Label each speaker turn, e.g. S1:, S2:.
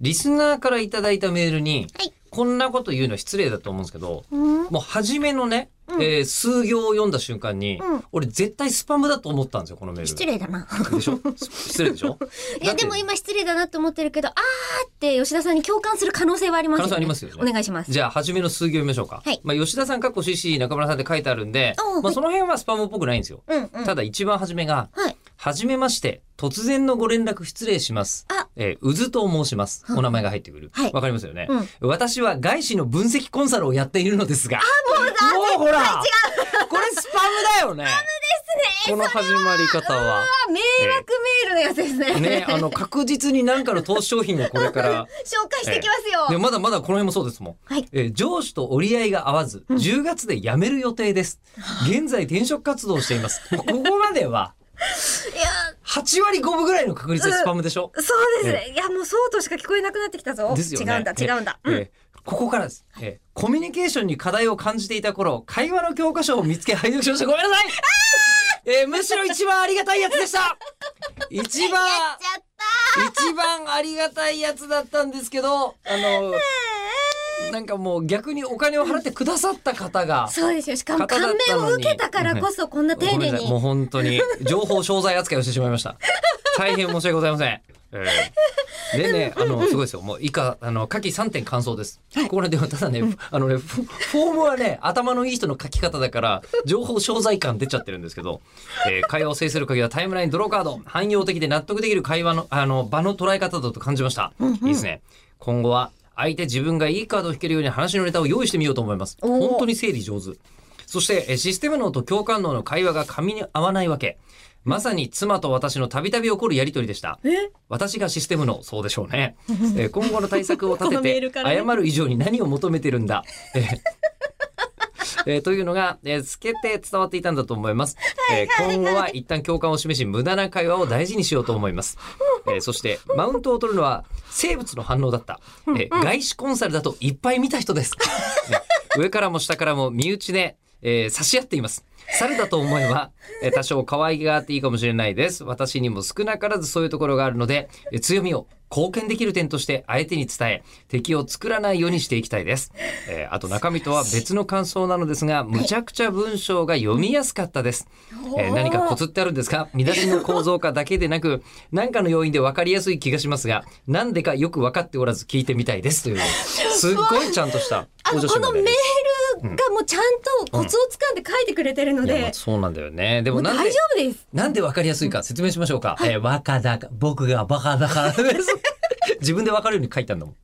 S1: リスナーからいただいたメールに、
S2: はい
S1: こんなこと言うのは失礼だと思うんですけど、
S2: うん。
S1: もう初めのね、
S2: うん
S1: えー数行を読んだ瞬間に、
S2: うん
S1: 俺絶対スパムだと思ったんですよ、このメール。
S2: 失礼だな。
S1: でしょ失礼でしょ
S2: い
S1: だ
S2: や、
S1: って
S2: でも今失礼だなと思ってるけど、あーって吉田さんに共感する可能性はありますよ
S1: 可
S2: ね。
S1: 能性ありますよね
S2: お願いします。
S1: じゃあ、初めの数行読みましょうか。
S2: はい
S1: まあ、吉田さん、かっこ CC、中村さんって書いてあるんで
S2: おう、
S1: ま
S2: は
S1: あ、
S2: い
S1: その辺はスパムっぽくないんですよ。
S2: うんうん。
S1: ただ、一番初めが、
S2: はい。
S1: はじめまして、突然のご連絡失礼します
S2: あ。
S1: えー、うずと申します。
S2: は
S1: お名前が入ってくる。
S2: はい
S1: わかりますよね。
S2: うん
S1: 私は外資の分析コンサルをやっているのですが。あ、もうだもうほらこれスパムだよね。この始まり方は。
S2: あ、迷惑メールのやつですね。
S1: ね、あの、確実に何かの投資商品をこれから。
S2: 紹介してきますよ。
S1: で、まだまだこの辺もそうですもん。
S2: はい。
S1: えー上司と折り合いが合わず、10月で辞める予定です。現在転職活動をしています。ここまでは、
S2: いや、
S1: 8割5分ぐらいの確率でスパムでしょ、
S2: そうですね。いや、もうそうとしか聞こえなくなってきたぞ。
S1: ですよね。
S2: 違うんだ、違うんだ。
S1: え
S2: うん。
S1: えここからです、ええコミュニケーションに課題を感じていた頃、会話の教科書を見つけ拝読しました。ごめんなさいええむしろ一番ありがたいやつでした一番、
S2: ちゃっ
S1: 一番ありがたいやつだったんですけど、あの、なんかもう逆にお金を払ってくださった方が
S2: た。、そうですよ。しかも
S1: 方だっ
S2: 感
S1: たのに
S2: 銘を受けたからこそ、こんな丁
S1: ごめん
S2: 寧
S1: なさいもう
S2: に。
S1: 本当に、情報商材扱いをしてしまいました。大変申し訳ございません。 ええでね、あの、すごいですよ。もう以下、あの、書き3点感想です。これでもただね、あのね、フォフォームはね、頭のいい人の書き方だから、情報商材感出ちゃってるんですけど、えー会話を制する鍵はタイムライン、ドローカード、汎用的で納得できる会話の、あの、場の捉え方だと感じました。いいですね。今後は、相手自分がいいカードを引けるように話のネタを用意してみようと思います。
S2: おー
S1: 本当に整理上手。そして、えーシステム脳と共感脳の会話が噛み合わないわけ。まさに妻と私のたびたび起こるやりとりでした。
S2: え
S1: 私がシステムの、そうでしょうね。えー今後の対策を立
S2: このメー
S1: てて、
S2: ルからね
S1: 謝る以上に何を求めてるんだ。えーえーというのが、えー透けて伝わっていたんだと思います。えー今後は一旦共感を示し、無駄な会話を大事にしようと思います。えーそして、マウントを取るのは生物の反応だった。えー外資コンサルだといっぱい見た人です。ね上からも下からも身内で、えー差し合っています。猿だと思えば、えー多少可愛げがあっていいかもしれないです。私にも少なからずそういうところがあるので、えー強みを貢献できる点として相手に伝え、敵を作らないようにしていきたいです。えーあと中身とは別の感想なのですが、むちゃくちゃ文章が読みやすかったです。えー何かコツってあるんですか見出しの構造化だけでなく、何かの要因で分かりやすい気がしますが、なんでかよく分かっておらず聞いてみたいです。と いう、すっごいちゃんとした
S2: あ
S1: お
S2: の、
S1: 女
S2: こ
S1: 子
S2: の
S1: の
S2: メ
S1: メール。
S2: ールがもうちゃんとコツをつかんで書いてくれてるの
S1: いやまあ
S2: で、
S1: そうなんだよね。で
S2: も
S1: も
S2: う
S1: なん
S2: 大
S1: で
S2: 丈、夫です。
S1: なんで分かりやすいか説明しましょうか。えー、バカだか、僕がバカだからです。自分で分かるように書いたんだもん。